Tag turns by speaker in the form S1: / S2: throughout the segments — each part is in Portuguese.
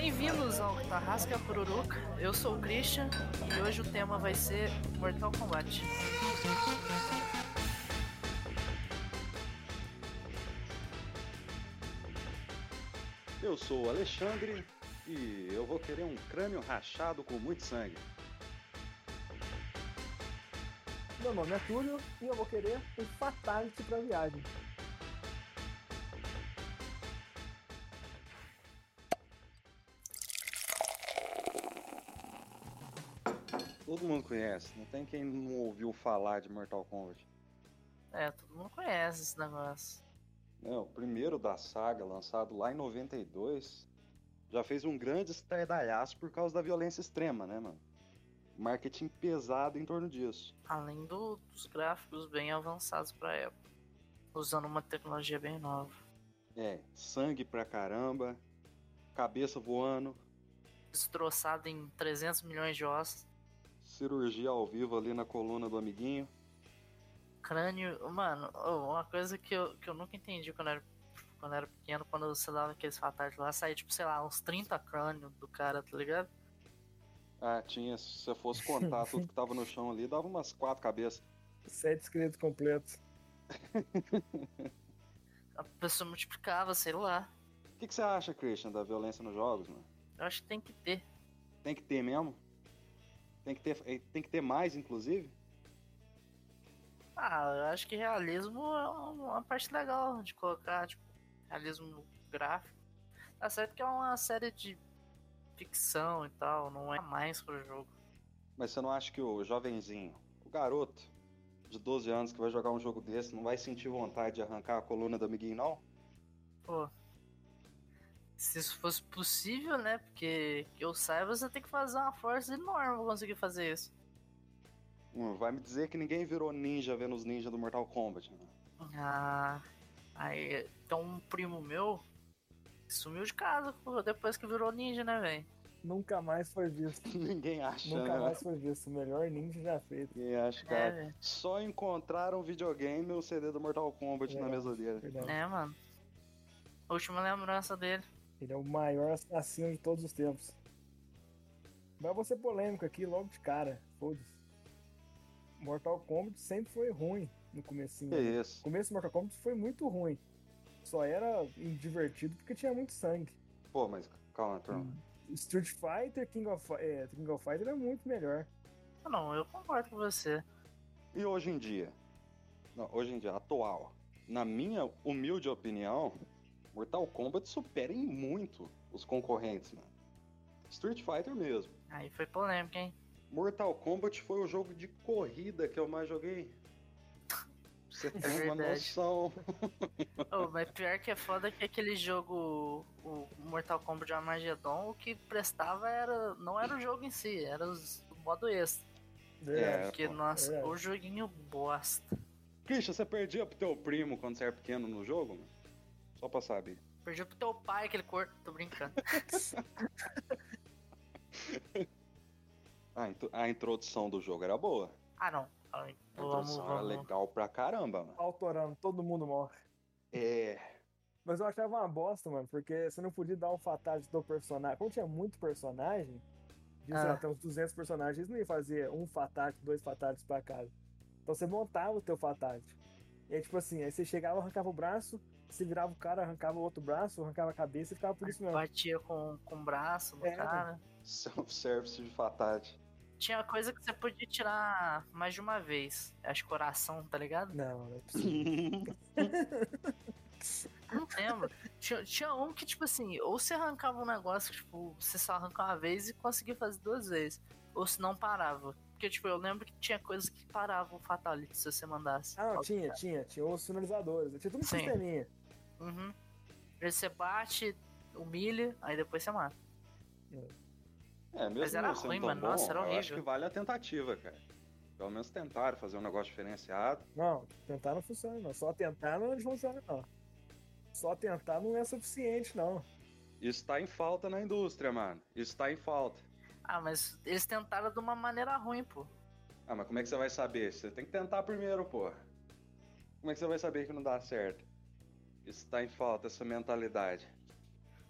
S1: confusão que tá rasca pururuca. Eu sou o Christian e hoje o tema vai ser Mortal Kombat.
S2: Eu sou o Alexandre e eu vou querer um crânio rachado com muito sangue.
S3: Meu nome é Túlio e eu vou querer um Fatality pra viagem.
S2: Todo mundo conhece, não tem quem não ouviu falar de Mortal Kombat.
S1: É, todo mundo conhece esse negócio.
S2: É, o primeiro da saga, lançado lá em 92, já fez um grande estardalhaço por causa da violência extrema, né, mano? Marketing pesado em torno disso.
S1: Além do- dos gráficos bem avançados pra época, usando uma tecnologia bem nova.
S2: É, sangue pra caramba, cabeça voando,
S1: Destroçado em 300 milhões de ossos,
S2: cirurgia ao vivo ali na coluna do amiguinho.
S1: crânio. Mano, ô, uma coisa que eu, que eu nunca entendi quando era, quando era pequeno, quando você dava aqueles fatais lá, saía tipo, sei lá, uns 30 crânios do cara, tá ligado?
S2: Ah, tinha, se você fosse contar tudo que tava no chão ali, dava umas quatro cabeças.
S3: Sete esqueletos completos.
S1: A pessoa multiplicava, sei lá.
S2: O que, que você acha, Christian, da violência nos jogos, mano?
S1: Eu acho que tem que ter.
S2: Tem que ter mesmo? Tem que ter, eh, tem que ter mais, inclusive?
S1: Ah, eu acho que realismo é uma parte legal de colocar, tipo, realismo gráfico. Tá certo que é uma série de ficção e tal, não é mais pro jogo.
S2: Mas você não acha que o jovenzinho, o garoto de 12 anos que vai jogar um jogo desse, não vai sentir vontade de arrancar a coluna do amiguinho, não?
S1: Pô. Se isso fosse possível, né? Porque que eu saiba, você tem que fazer uma força enorme pra conseguir fazer isso.
S2: Hum, vai me dizer que ninguém virou ninja vendo os ninjas do Mortal Kombat. Né?
S1: Ah. Aí, então um primo meu sumiu de casa pô, depois que virou ninja, né, velho?
S3: Nunca mais foi visto.
S2: ninguém acha,
S3: Nunca
S2: né?
S3: mais foi visto. O melhor ninja já feito.
S2: Ninguém acha,
S1: É,
S2: cara.
S1: velho.
S2: Só encontraram o videogame e o CD do Mortal Kombat na
S3: É.
S2: mesa dele.
S3: Verdade.
S1: É, mano. A última lembrança dele.
S3: Ele é o maior assassino de todos os tempos. Mas vou ser polêmico aqui logo de cara. Foda-se. Mortal Kombat sempre foi ruim no comecinho.
S2: Que
S3: O
S2: isso?
S3: começo do Mortal Kombat foi muito ruim. Só era divertido porque tinha muito sangue.
S2: Pô, mas calma, turma.
S3: Street Fighter, King of, é, King of Fighter é muito melhor.
S1: Ah, Não, eu concordo com você.
S2: E hoje em dia? Não, hoje em dia, atual. Na minha humilde opinião, Mortal Kombat supera em muito os concorrentes, mano. Street Fighter mesmo.
S1: Aí foi polêmica, hein?
S2: Mortal Kombat foi o jogo de corrida que eu mais joguei. Você tem uma
S1: É verdade.
S2: noção.
S1: Ô, mas pior que é foda que aquele jogo, o Mortal Kombat Armageddon, o que prestava era não era o jogo em si, era os, o modo extra.
S2: É.
S1: Porque, nossa,
S3: é.
S1: o joguinho bosta.
S2: Christian, você perdia pro teu primo quando você era pequeno no jogo, mano? Só pra saber.
S1: Perdi pro teu pai aquele corpo. Tô brincando.
S2: A, intro- a introdução do jogo era boa.
S1: Ah, não. Ai,
S2: A
S1: Vamos,
S2: introdução era
S1: vamos.
S2: legal pra caramba, mano.
S3: Autorando, todo mundo morre.
S2: É.
S3: Mas eu achava uma bosta, mano, porque você não podia dar um fatality do personagem. Como tinha muito personagem, de, sei
S1: Ah.
S3: lá, tem uns 200 personagens, eles não iam fazer um fatality, dois fatalities pra cada. Então você montava o teu fatality. E aí, tipo assim, aí você chegava, arrancava o braço, você virava o cara, arrancava o outro braço, arrancava a cabeça e ficava por isso mesmo.
S1: Batia com, com o braço no
S3: É.
S1: cara.
S2: Self-service de fatality.
S1: Tinha coisa que você podia tirar mais de uma vez. Acho que coração, tá ligado?
S3: Não, não é possível.
S1: Não lembro. tinha, tinha um que, tipo assim, ou você arrancava um negócio, que, tipo, você só arrancava uma vez e conseguia fazer duas vezes. Ou se não parava. Porque, tipo, eu lembro que tinha coisas que paravam o Fatality se você mandasse.
S3: Ah, não, tinha, tinha, tinha os finalizadores, tinha tudo um
S1: Sim.
S3: sisteminha.
S1: Uhum. Aí você bate, humilha, aí depois você mata.
S2: É, mesmo
S1: Mas era
S2: não sendo
S1: ruim,
S2: tão
S1: mano.
S2: bom,
S1: Nossa, era
S2: Eu
S1: horrível.
S2: acho que vale a tentativa, cara. Pelo menos tentaram fazer um negócio diferenciado.
S3: Não, tentar não funciona, não. Só tentar não funciona, não. Só tentar não é suficiente, não.
S2: Isso tá em falta na indústria, mano. Isso tá em falta.
S1: Ah, mas eles tentaram de uma maneira ruim, pô.
S2: Ah, mas como é que você vai saber? Você tem que tentar primeiro, pô. Como é que você vai saber que não dá certo? Isso tá em falta, essa mentalidade.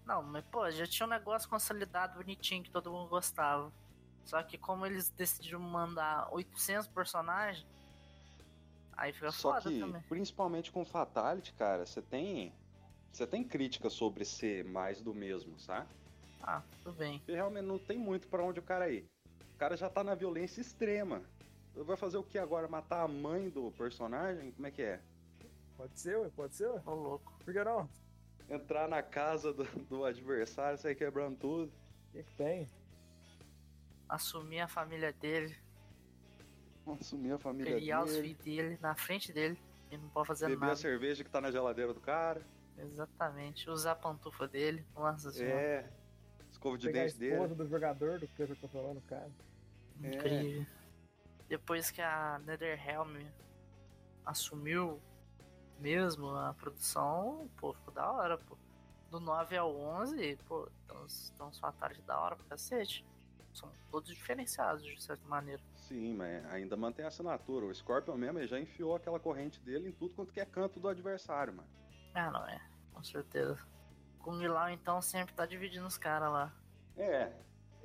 S1: Não, mas pô, já tinha um negócio consolidado bonitinho que todo mundo gostava. Só que como eles decidiram mandar 800 personagens, aí fica
S2: Só
S1: foda
S2: que,
S1: também.
S2: principalmente com Fatality, cara, você tem. Você tem crítica sobre ser mais do mesmo, sabe?
S1: Ah, tudo bem.
S2: Porque realmente não tem muito pra onde o cara ir. O cara já tá na violência extrema. Vai fazer o que agora? Matar a mãe do personagem? Como é que é?
S3: Pode ser, ué, pode ser, ué.
S1: Ô louco.
S3: Por que não? O
S2: Entrar na casa do, do adversário, sair quebrando tudo.
S3: que, que tem?
S1: Assumir a família dele,
S2: Assumir a família
S1: criar os
S2: dele.
S1: filhos dele na frente dele. E não pode fazer
S2: Beber a
S1: nada.
S2: cerveja que tá na geladeira do cara.
S1: Exatamente. Usar a pantufa dele. Nossa senhora.
S2: É. Escova de
S3: Pegar a
S2: dente
S3: esposa
S2: dele.
S3: do jogador, do que eu tô falando, cara.
S2: é.
S1: Incrível. Depois que a Netherrealm assumiu mesmo a produção, pô, ficou da hora, pô. Do 9 ao 11, pô, estão estão os fatais da hora pra cacete. São todos diferenciados, de certa maneira.
S2: Sim, mas ainda mantém a assinatura. O Scorpion mesmo ele já enfiou aquela corrente dele em tudo quanto que é canto do adversário, mano.
S1: Ah, não é. Com certeza. Kung Lao, então, sempre tá dividindo os caras lá.
S2: É, é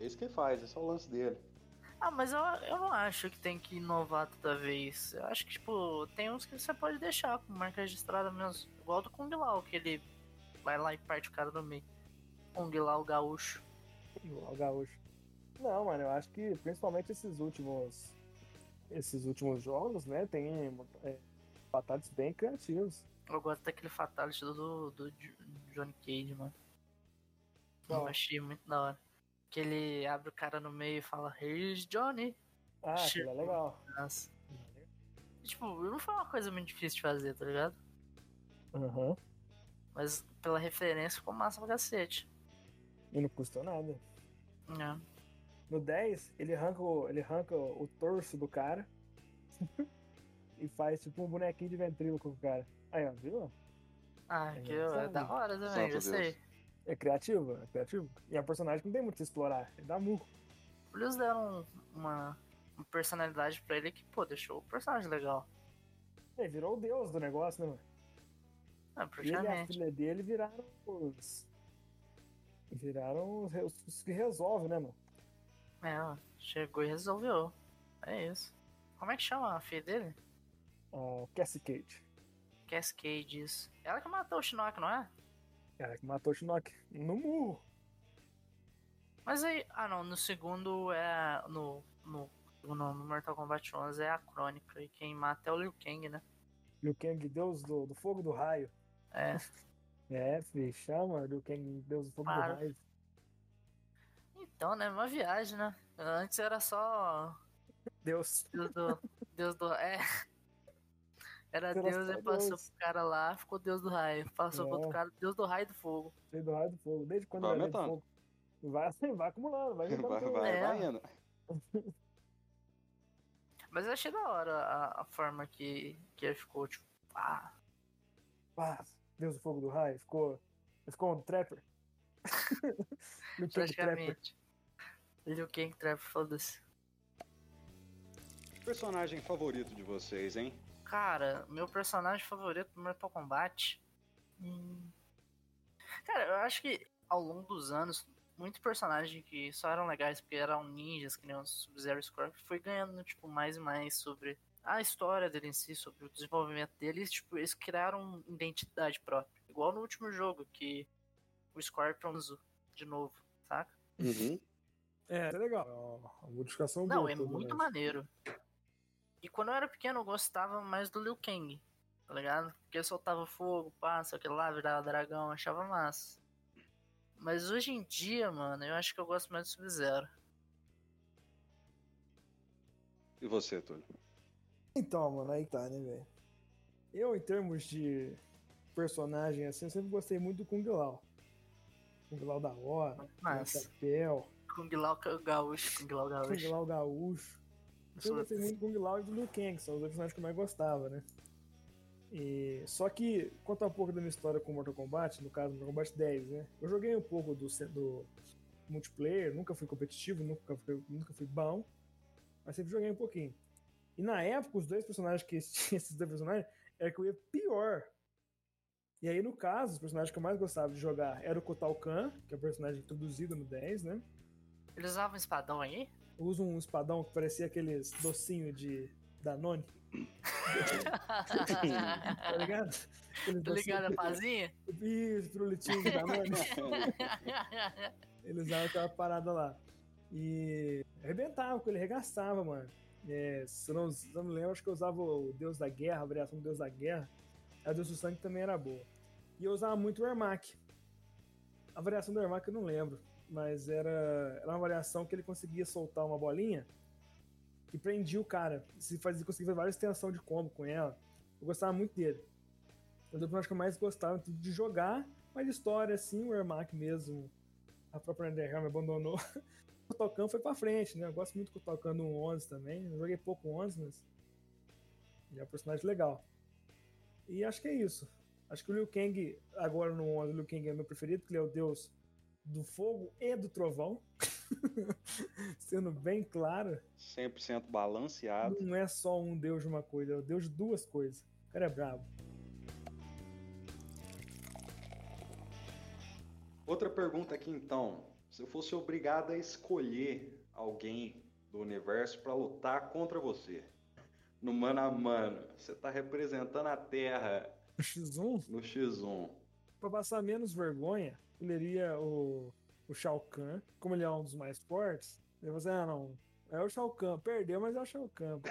S2: isso que ele faz, esse é o lance dele.
S1: Ah, mas eu, eu não acho que tem que inovar toda vez. Eu acho que, tipo, tem uns que você pode deixar com marca registrada mesmo. Igual do Kung Lao, que ele vai lá e parte o cara do meio. Kung Lao gaúcho.
S3: Igual o gaúcho. Não, mano, eu acho que principalmente esses últimos. Esses últimos jogos, né? Tem é, batatas bem criativos.
S1: Eu gosto daquele fatality do, do, do Johnny Cage, mano.
S3: Qual?
S1: Eu achei muito da hora. Que ele abre o cara no meio e fala, Here's Johnny.
S3: Ah,
S1: Che-
S3: aquilo é legal.
S1: Nossa. Tipo, não foi uma coisa muito difícil de fazer, tá ligado?
S3: Aham.
S1: Mas pela referência ficou massa pra cacete.
S3: E não custou nada.
S1: né?
S3: No 10, ele arranca o, ele arranca o o torso do cara e faz tipo um bonequinho de ventríloco com o cara. Aí, ó, viu?
S1: Ah,
S3: É,
S1: que é
S3: sabe?
S1: da hora também,
S2: Santo
S1: gostei.
S3: É criativo, é criativo. E é um personagem que não tem muito o que explorar. Ele dá murro.
S1: Eles deram um, uma, uma personalidade pra ele que, pô, deixou o personagem legal.
S3: Ele É, virou o deus do negócio, né, mano?
S1: É,
S3: Ele e a
S1: praticamente.
S3: filha dele viraram os. Viraram os, re- os que resolvem, né, mano?
S1: É, ó, chegou e resolveu. É isso. Como é que chama a filha dele?
S3: A Cassie Cage.
S1: Cascade, isso. Ela que matou o Shinnok, não é?
S3: Cara, que matou o Shinnok no murro.
S1: Mas aí. Ah, não, no segundo é. No. No, no, no Mortal Kombat 11 é a Crônica. E quem mata é o Liu Kang, né?
S3: Liu Kang, deus do, do fogo do raio.
S1: É.
S3: É, filho, chama Liu Kang, deus do fogo
S1: Claro.
S3: do raio.
S1: Então, né? Uma viagem, né? Antes era só.
S3: Deus.
S1: Deus do. Deus do. É. Era
S3: Era
S1: Deus
S3: só
S1: e passou
S3: Deus.
S1: pro cara lá, ficou Deus do raio. Passou pro outro
S3: É.
S1: cara, Deus do raio e do fogo.
S3: Lei do raio do fogo. Desde quando
S2: Vai
S3: era lei do
S2: aumentando.
S3: fogo? Vai, vai acumulando, vai
S2: Vai, vai,
S3: aumentando. tudo.
S1: É.
S2: vai indo.
S1: Mas eu achei da hora a, a forma que, que ele ficou, tipo, pá.
S3: Pá, Deus do fogo do raio. Ficou, ficou um trapper. Liu Kang trapper.
S1: praticamente. Liu Kang Trap, foda-se.
S2: Personagem favorito de vocês, hein?
S1: Cara, meu personagem favorito do Mortal Kombat. hum. Cara, eu acho que ao longo dos anos, muitos personagens que só eram legais porque eram ninjas, que nem o Sub-Zero Scorpion, foi ganhando, tipo, mais e mais sobre a história dele em si, sobre o desenvolvimento dele. E, tipo, eles criaram identidade própria. Igual no último jogo, que o Scorpion usou de novo, saca?
S2: Uhum.
S3: É, isso é legal. É uma- uma modificação
S1: Não,
S3: boa,
S1: é
S3: tudo,
S1: muito
S3: né?
S1: maneiro. E quando eu era pequeno, eu gostava mais do Liu Kang, tá ligado? Porque ele soltava fogo, passa, aquele lá, virava dragão, achava massa. Mas hoje em dia, mano, eu acho que eu gosto mais do Sub-Zero.
S2: E você, Túlio?
S3: Então, mano, aí tá, né, velho? Eu, em termos de personagem, assim, eu sempre gostei muito do Kung Lao. Kung Lao da hora, né?
S1: Mas,
S3: Chapéu,
S1: Kung Lao ca- Gaúcho, Kung Lao
S3: Kung
S1: Gaúcho.
S3: Lao gaúcho. Eu sempre gostei muito do Kung Lao e do Liu Kang, que são os dois personagens que eu mais gostava, né? E, só que, contar um pouco da minha história com Mortal Kombat, no caso, Mortal Kombat 10, né? Eu joguei um pouco do, ce- do multiplayer, nunca fui competitivo, nunca fui, nunca fui bom, mas sempre joguei um pouquinho. E na época, os dois personagens que tinha esses dois personagens era que eu ia pior. E aí, no caso, os personagens que eu mais gostava de jogar era o Kotal Kahn, que é o personagem introduzido no 10, né?
S1: Ele usava um espadão aí?
S3: Usa um espadão que parecia aqueles docinho de Danone. tá ligado? Aqueles
S1: Tá ligado a
S3: docinhos-
S1: pazinha?
S3: assim, Isso, pirulitinho de Danone. Ele usava aquela parada lá. E arrebentava com ele, arregaçava, mano. É, se eu não, se eu não lembro, acho que eu usava o Deus da Guerra, a variação do Deus da Guerra. A Deus do Sangue também era boa. E eu usava muito o Ermac. A variação do Ermac eu não lembro, mas era, era uma variação que ele conseguia soltar uma bolinha que prendia o cara. Se fazia, conseguia fazer várias extensões de combo com ela. Eu gostava muito dele. Então, Eu acho que eu mais gostava de jogar, mas história, assim, o Ermac mesmo a própria Underhelm abandonou. O Tocan foi pra frente, né? Eu gosto muito do Tocan no 11 também. Eu joguei pouco 11, mas. Ele é um personagem legal. E acho que é isso. Acho que o Liu Kang, agora no 11, o Liu Kang é meu preferido, porque ele é o deus do fogo e do trovão. Sendo bem claro,
S2: 100% balanceado.
S3: não é só um deus de uma coisa, é o deus de duas coisas. O cara é brabo.
S2: Outra pergunta aqui então. Se eu fosse obrigado a escolher alguém do universo pra lutar contra você, no mano a mano, você tá representando a Terra
S3: O X1,
S2: no X1.
S3: pra passar menos vergonha, escolheria o, o Shao Kahn, como ele é um dos mais fortes. Ele falou assim: ah, não, é o Shao Kahn, perdeu, mas é o Shao Kahn. pô."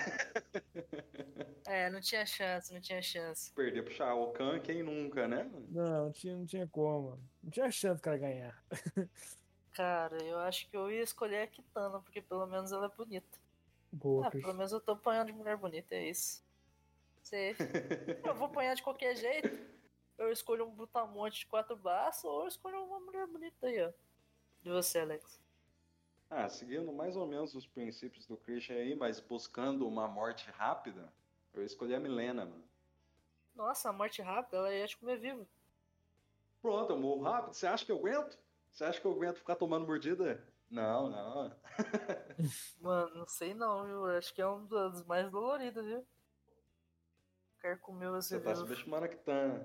S1: É, não tinha chance, não tinha chance.
S2: Perder pro Shao Kahn, quem nunca, né?
S3: Não, não tinha, não tinha como, mano. Não tinha chance do cara ganhar.
S1: Cara, eu acho que eu ia escolher a Kitana, porque pelo menos ela é bonita.
S3: Boa,
S1: Ah, pelo menos eu tô apanhando de mulher bonita, é isso. Safe. eu vou apanhar de qualquer jeito. Eu escolho um brutamonte de quatro braços ou eu escolho uma mulher bonita aí, ó. De você, Alex.
S2: Ah, seguindo mais ou menos os princípios do Christian aí, mas buscando uma morte rápida, eu escolhi a Milena, mano.
S1: Nossa, a morte rápida, ela ia te comer vivo.
S2: Pronto, eu morro rápido. Você acha que eu aguento? Você acha que eu aguento ficar tomando mordida? Não, não.
S1: Mano, não sei não, viu? Acho que é um dos mais doloridos, viu? O cara comeu você
S2: Você tá
S1: vivo.
S2: subestimando a Kitana.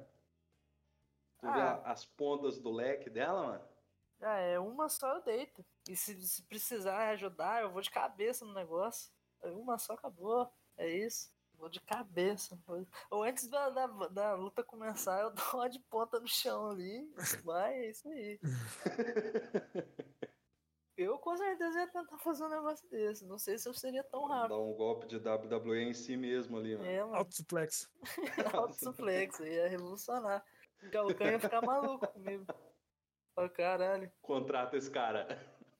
S2: tá. Tu vê
S1: Ah.
S2: a- as pontas do leque dela, mano?
S1: Ah, é uma só eu deito. E se, se precisar ajudar, eu vou de cabeça no negócio. É Uma só acabou. É isso. Vou de cabeça. Vou- Ou antes da, da, da luta começar, eu dou uma de ponta no chão ali. Vai, é isso aí. Eu com certeza ia tentar fazer um negócio desse. Não sei se eu seria tão rápido.
S2: Dá um golpe de WWE em si mesmo ali, mano.
S1: É, mano,
S3: Alto suplex.
S1: alto suplex. Ia revolucionar. O Galcão ia ficar maluco comigo. Pra caralho.
S2: Contrata esse cara.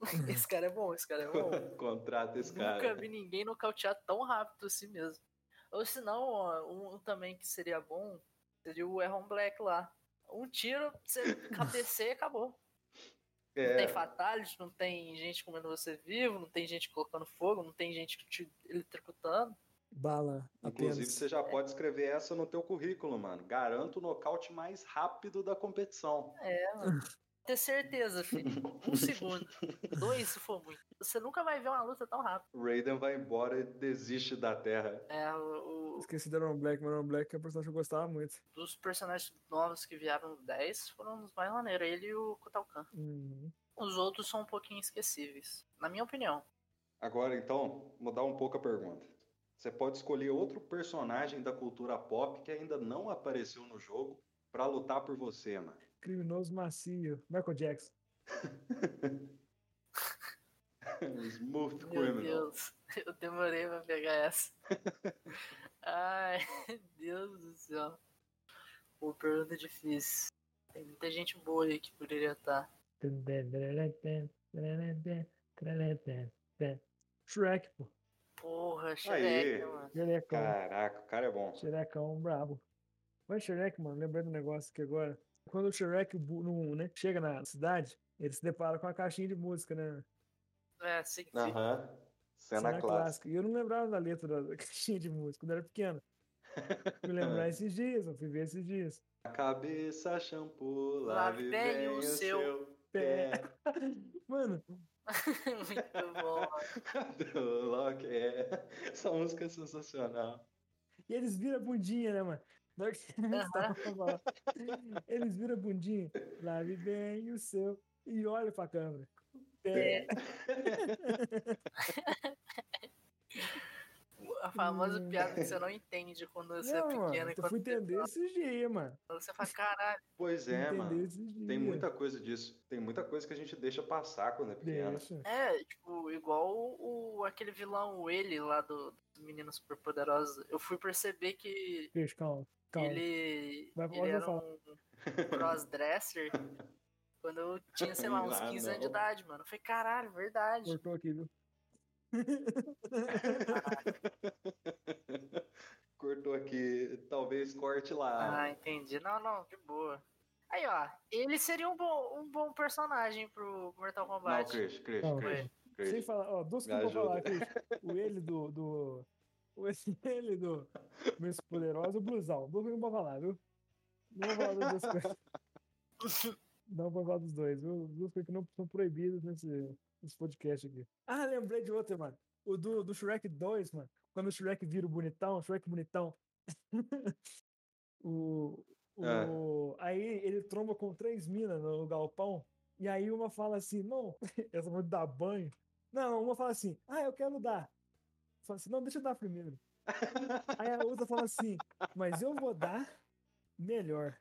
S1: Esse cara é bom, esse cara é bom.
S2: Contrata esse
S1: Nunca
S2: cara.
S1: vi ninguém nocautear tão rápido assim mesmo. Ou se não, ó, um também que seria bom seria o Erron Black lá. Um tiro, você cabeceia e acabou. Não tem
S2: É,
S1: fatality, não tem gente comendo você vivo, não tem gente colocando fogo, não tem gente te eletrocutando.
S3: Bala,
S2: inclusive,
S3: apenas.
S2: você já pode escrever essa no teu currículo, mano. Garanto o nocaute mais rápido da competição.
S1: É, mano. Ter certeza, filho. Um segundo. Dois, se for muito. Você nunca vai ver uma luta tão rápida.
S2: Raiden vai embora e desiste da terra.
S1: É, o, o-
S3: Esqueci do Aaron Black, mas o Aaron Black é um personagem que eu gostava muito.
S1: dos personagens novos que vieram no 10 foram os mais maneiros. Ele e o Kotal Kahn.
S3: Uhum.
S1: Os outros são um pouquinho esquecíveis, na minha opinião.
S2: Agora, então, mudar um pouco a pergunta. Você pode escolher outro personagem da cultura pop que ainda não apareceu no jogo pra lutar por você, mano.
S3: Criminoso macio. Michael Jackson.
S2: Um Smooth
S1: Meu
S2: Criminal.
S1: Deus, eu demorei pra pegar essa. Ai, Deus do céu. Pô, pergunta difícil. Tem muita gente boa aí que poderia estar.
S3: Shrek, pô.
S1: Porra,
S2: Aí.
S1: Shrek, mano.
S3: Xerecão.
S2: Caraca, o cara é bom.
S3: Xerecão um brabo. Mas Shrek, mano, lembrei do negócio aqui agora. Quando o Shrek bu- no, né, chega na cidade, ele se depara com a caixinha de música, né?
S1: É, sim, sim.
S2: Aham. Cena, clássica.
S3: E eu não lembrava da letra da- da caixinha de música quando eu era pequeno. Fui lembrar esses dias, eu fui ver esses dias.
S2: A cabeça, shampoo,
S1: Lá vem
S2: lave bem
S1: o
S2: o
S1: seu
S2: seu
S3: pé.
S2: pé.
S3: Mano,
S1: Muito bom.
S2: Do Loki, é. Essa música é sensacional.
S3: e eles viram a bundinha, né, mano? Não é que eles estavam falando. Eles viram a bundinha, lave bem o seu e olha pra câmera. É.
S1: A famosa piada que você não entende quando você é
S3: Hum. Não,
S1: pequeno.
S3: mano,
S1: e
S3: tu
S1: quando
S3: fui entender esses dias, mano.
S1: quando você fala, caralho,
S2: Pois é,
S3: Entender
S2: mano.
S3: esses dias.
S2: Tem muita coisa disso. Tem muita coisa que a gente deixa passar quando é pequeno.
S3: Deixa.
S1: é, tipo, igual o, o- aquele vilão, o ele lá do, do Menino Superpoderoso. Eu fui perceber que
S3: Deixa, calma. Calma.
S1: ele,
S3: Então, Vai-
S1: ele
S3: olha eu
S1: era
S3: falar.
S1: um crossdresser quando eu tinha, sei lá, uns
S2: Ah,
S1: 15 anos de
S2: não.
S1: idade, mano. Eu falei, caralho, verdade.
S3: Cortou aqui, viu?
S2: Cortou aqui, talvez corte lá.
S1: Ah, entendi. Não, não, de boa. Aí, ó, ele seria um bom, um bom personagem pro Mortal
S2: Não,
S1: Kombat.
S2: Chris, Chris,
S3: Não, é.
S2: Chris, Chris.
S3: Sem falar, ó, duas coisas pra
S2: é Me
S3: falar aqui. O ele do. do o ele do Mestre Poderoso e o blusão. Duas coisas pra falar, viu? Não vou falar das duas coisas. Não vou falar dos dois, viu? Duas coisas que não são proibidas nesse, nesse podcast aqui. Ah, lembrei de outra, mano. O do, do Shrek 2, mano. Quando o Shrek vira o bonitão, o Shrek bonitão. o, o-
S2: Ah.
S3: Aí ele tromba com três minas no galpão. E aí uma fala assim, não, essa vou dar banho. Não, uma fala assim, ah, eu quero dar. Fala assim, não, deixa eu dar primeiro. Aí a outra fala assim, mas eu vou dar melhor.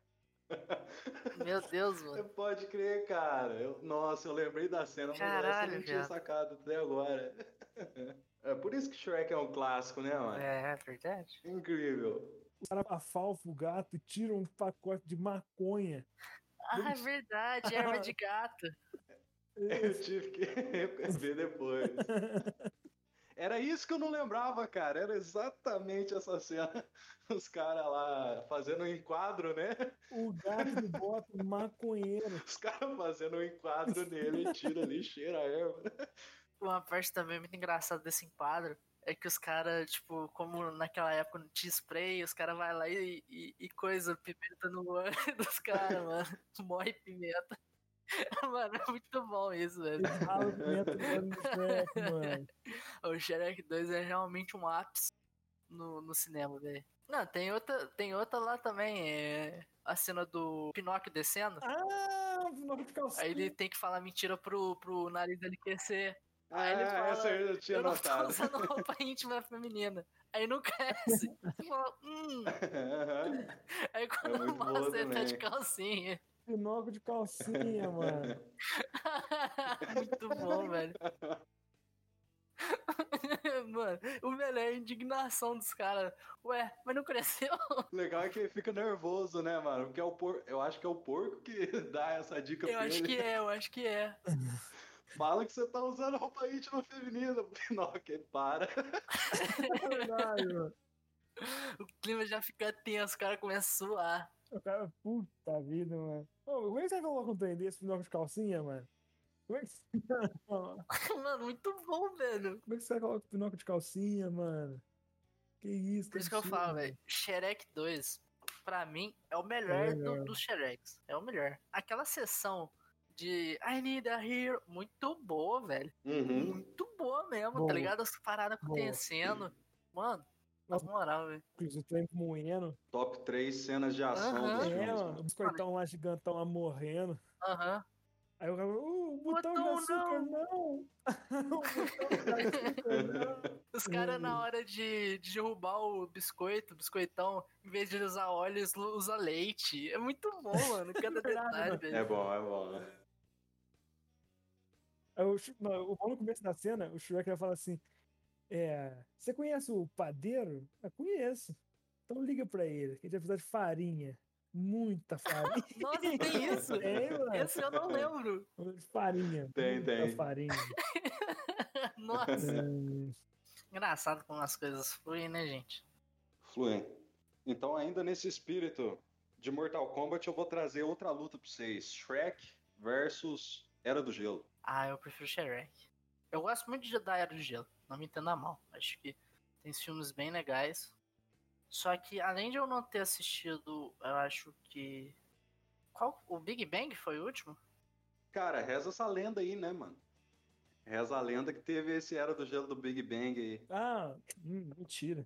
S1: Meu Deus, mano.
S2: Você pode crer, cara. Eu- nossa, eu lembrei da cena, mas
S1: Caralho,
S2: eu não tinha
S1: viado.
S2: sacado até agora. É por isso que Shrek é um clássico, né, mano?
S1: É, é verdade.
S2: Incrível.
S3: O cara afalfa o gato e tira um pacote de maconha.
S1: Ah, é verdade, erva de gato.
S2: Eu tive que ver depois. Era isso que eu não lembrava, cara. Era exatamente essa cena. Os caras lá fazendo um enquadro, né?
S3: O gato bota maconheiro.
S2: Os caras fazendo um enquadro nele, tira ali, cheira a né, erva.
S1: Uma parte também muito engraçada desse enquadro é que os caras, tipo, como naquela época não tinha spray, os caras vai lá e, e, e coisa pimenta no olho dos caras, mano. Morre pimenta. Mano, é muito bom isso, velho.
S3: Ele rala o pimenta no olho do Shrek, mano.
S1: O Shrek 2 é realmente um ápice no, no cinema, velho. Não, tem outra, tem outra lá também, é a cena do Pinóquio descendo.
S3: Ah, não de calcinha.
S1: Aí ele tem que falar mentira pro, pro nariz dele crescer. Aí ele
S2: Ah,
S1: fala,
S2: essa eu já tinha
S1: Eu não tô
S2: notado.
S1: usando roupa íntima feminina. Aí não cresce. Você fala, hum.
S2: Aham.
S1: Aí quando
S2: É muito boa
S1: mostra ele tá de
S2: também.
S1: calcinha.
S3: Pinóquio de calcinha, É, mano.
S1: Muito bom, velho. Mano, o melhor é a indignação dos caras. Ué, mas não cresceu?
S2: Legal é que ele fica nervoso, né, mano? Porque é o por... eu acho que é o porco que dá essa dica
S1: Eu
S2: pra
S1: acho
S2: ele.
S1: que é, eu acho que é.
S2: Fala que você tá usando roupa íntima feminina. O Pinóquio ele para.
S3: É verdade, mano.
S1: O clima já fica tenso, o cara começa a suar.
S3: O cara, puta vida, mano. Ô, como é que você coloca um trem desse pinóquio de calcinha, mano? Como é que você.
S1: Mano, muito bom, velho.
S3: Como é que você coloca o Pinóquio de calcinha, mano? Que isso, tá
S1: Por isso que eu
S3: absurdo,
S1: falo,
S3: mano.
S1: velho. Shrek 2, pra mim, é o melhor
S3: É o
S1: do- dos Shreks. É o melhor. Aquela sessão de I Need a Hero, muito boa, velho.
S2: Hum.
S1: Muito boa mesmo,
S3: Boa.
S1: tá ligado? As paradas
S3: Boa.
S1: acontecendo. Mano, na
S3: Nossa.
S1: moral, velho.
S3: O trem moendo.
S2: Top 3 cenas de ação
S1: ação Aham.
S2: dos
S1: dos
S3: É,
S2: filmes.
S3: mano. O biscoitão lá gigantão lá morrendo.
S1: Aham.
S3: Aí o cara, uh, o botão de
S1: Botão,
S3: açúcar não! o botão de açúcar não!
S1: Os caras,
S3: Hum.
S1: na hora de, de derrubar o biscoito, o biscoitão, em vez de ele usar óleo, eles lu- usa leite. É muito bom, mano. Cada
S3: Verdade,
S1: detalhe,
S3: mano.
S1: velho.
S2: É bom, é bom.
S3: Aí o, Shre- não, o bom no começo da cena, o Shrek vai falar assim: é, Você conhece o padeiro? Eu conheço. Então liga pra ele, que a gente vai precisar de farinha. Muita farinha.
S1: Nossa, tem isso?
S3: É, mano.
S1: Esse eu não lembro.
S3: Farinha.
S2: Tem,
S3: muita
S2: tem.
S3: farinha.
S1: Nossa,
S3: Hum.
S1: engraçado como as coisas fluem, né, gente?
S2: Fluem. Então, ainda nesse espírito de Mortal Kombat, eu vou trazer outra luta pra vocês. Shrek versus Era do Gelo.
S1: Ah, eu prefiro Shrek. Eu gosto muito de da Era do Gelo, não me entenda mal. Acho que tem filmes bem legais. Só que, além de eu não ter assistido, eu acho que. Qual? O Big Bang foi o último?
S2: Cara, reza essa lenda aí, né, mano? Reza a lenda que teve esse Era do Gelo do Big Bang aí.
S3: Ah, hum, mentira.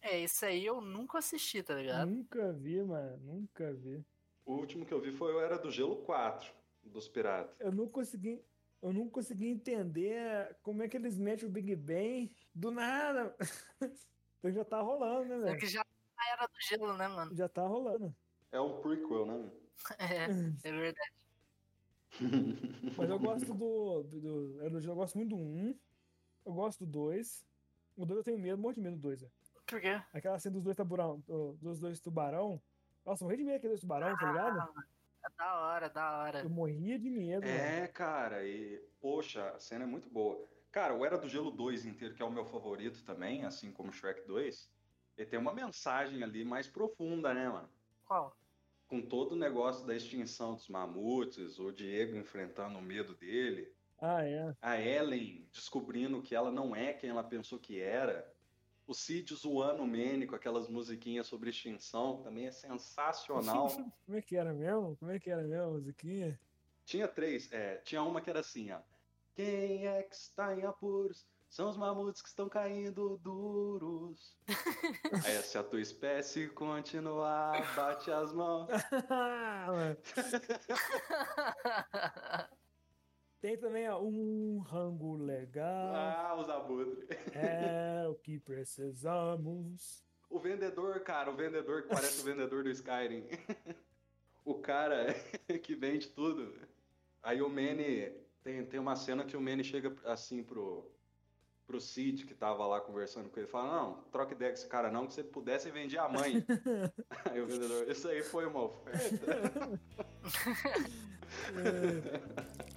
S1: É, isso aí eu nunca assisti, tá ligado?
S3: Nunca vi, mano. Nunca vi.
S2: O último que eu vi foi o Era do Gelo 4, dos piratas.
S3: Eu não consegui. Eu não consegui entender como é que eles metem o Big Bang do nada. Então já tá rolando, né,
S1: É
S3: velho?
S1: que já era do gelo, né, mano?
S3: Já tá rolando.
S2: É um prequel, né?
S1: É, é verdade.
S3: Mas eu gosto do. do, do- eu, eu gosto muito do 1. Eu gosto do 2. O 2 eu tenho medo, morro de medo do 2, velho.
S1: Por quê?
S3: Aquela cena dos dois tubarão. do- Dos dois tubarão. Nossa, eu morri de medo daqueles dois tubarão, tá ligado?
S1: É da hora, da hora.
S3: Eu morria de medo, mano.
S2: É, cara, e poxa, a cena é muito boa. Cara, o Era do Gelo 2 inteiro, que é o meu favorito também, assim como Shrek 2, ele tem uma mensagem ali mais profunda, né, mano?
S1: Qual?
S2: Com todo o negócio da extinção dos mamutes, o Diego enfrentando o medo dele,
S3: Ah, é.
S2: a Ellen descobrindo que ela não é quem ela pensou que era, o Cid zoando o Manny com aquelas musiquinhas sobre extinção, também é sensacional.
S3: Como é que era mesmo? Como é que era mesmo a musiquinha?
S2: Tinha três, é, tinha uma que era assim, ó. Quem é que está em apuros? São os mamutes que estão caindo duros. Aí, se a tua espécie continuar, bate as mãos.
S3: Ah, Mano, Tem também, ó, um rango legal.
S2: Ah, os abutres.
S3: É o que precisamos.
S2: O vendedor, cara, o vendedor que parece o vendedor do Skyrim. O cara que vende tudo. Aí o Manny. Tem, tem uma cena que o Manny chega assim pro, pro Cid, que tava lá conversando com ele, e fala: Não, troca ideia com esse cara não, que se pudesse vender a mãe. Aí o vendedor: Isso aí foi uma oferta.
S3: É,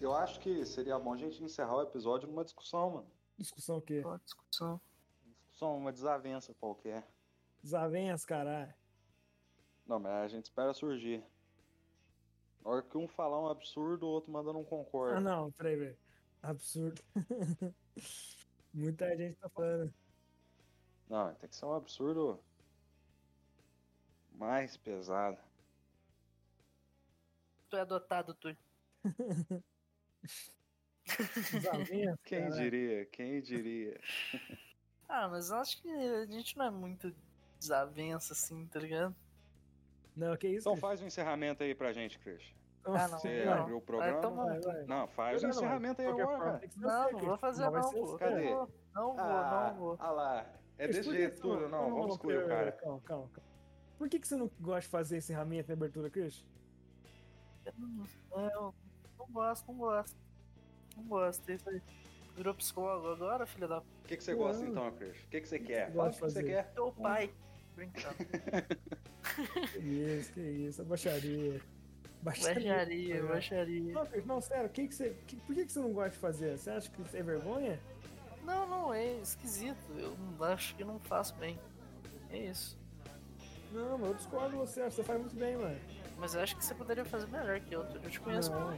S2: Eu acho que seria bom a gente encerrar o episódio numa discussão, mano.
S3: discussão o quê?
S1: Boa discussão.
S2: Discussão, uma desavença qualquer.
S3: Desavenhas, caralho.
S2: Não, mas a gente espera surgir. Na hora que um falar um absurdo, o outro manda um concorda.
S3: Ah, não, peraí, peraí. Absurdo. Muita gente tá falando.
S2: Não, tem que ser um absurdo mais pesado.
S1: Tu é adotado, tu.
S3: Desavenhas,
S2: Quem
S3: caralho.
S2: diria? Quem diria?
S1: Ah, mas eu acho que a gente não é muito desavença, assim, tá ligado?
S3: Não, que isso?
S2: Então
S3: Cristian?
S2: faz o encerramento aí pra gente, Christian.
S1: Ah, não.
S2: Você
S1: Não.
S2: abriu o
S1: Vai
S2: programa.
S1: tomar.
S3: Vai, vai.
S2: Não, faz o
S3: Não, não,
S2: encerramento aí
S3: de qualquer
S2: agora,
S3: forma,
S2: cara.
S3: tem que ser
S1: Não, não
S3: você,
S1: vou
S3: Cristian.
S1: fazer
S3: Não vai
S1: não,
S3: ser assim.
S1: pô.
S3: você.
S2: Cadê?
S1: Não vou, não vou,
S2: Ah,
S1: não vou.
S2: ah lá. É
S3: Mas
S2: desse
S3: por que
S2: jeito
S3: você não-
S2: tudo, não. Vamos excluir o
S3: pera,
S2: cara.
S3: Calma, calma, calma. Por que, que você não gosta de fazer encerramento e abertura, Chris?
S1: É, Eu não gosto, não gosto. Não gosto, é isso aí. Virou psicólogo agora, filha da
S2: O que, que você gosta
S3: Não.
S2: então, Christian? O que, que você quer?
S3: que
S2: Fala o que,
S3: gosta de
S2: você quer.
S1: teu pai.
S3: Hum.
S1: Brincando.
S3: Que isso, que isso, a baixaria. tá
S1: Baixaria,
S3: Não,
S1: baixaria.
S3: Não, Chris, não, sério, o que que você, que- por que, que você não gosta de fazer? Você acha que isso é vergonha?
S1: Não, não, é esquisito. Eu não- acho que não faço bem. É isso.
S3: Não, mas eu discordo de você, acho que você faz muito bem, mano.
S1: Mas eu acho que você poderia fazer melhor que eu. Eu te conheço.
S3: Não.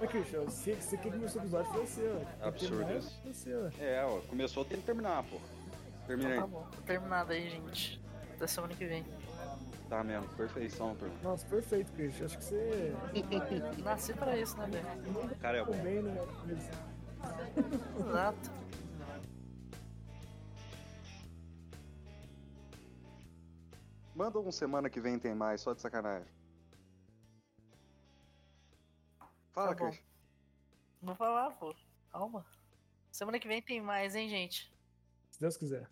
S3: Mas, Christian, eu sei, sei que começou o episódio foi seu.
S2: Absurdo isso. É, ó, começou, tem que terminar, pô. Termina
S1: Tá
S2: aí.
S1: bom. Tá terminado aí, gente. Até semana que vem.
S2: Tá mesmo, perfeição, pô.
S3: Nossa, perfeito, Christian. Acho que você
S1: Nasci pra isso, né, velho?
S2: O cara é
S3: ficou
S2: bom.
S3: bem, né?
S1: Exato.
S2: Manda um semana que vem tem mais, só de sacanagem. Fala,
S1: Tá bom.
S2: Christian.
S1: Vou falar, pô. Calma. Semana que vem tem mais, hein, gente?
S3: Se Deus quiser.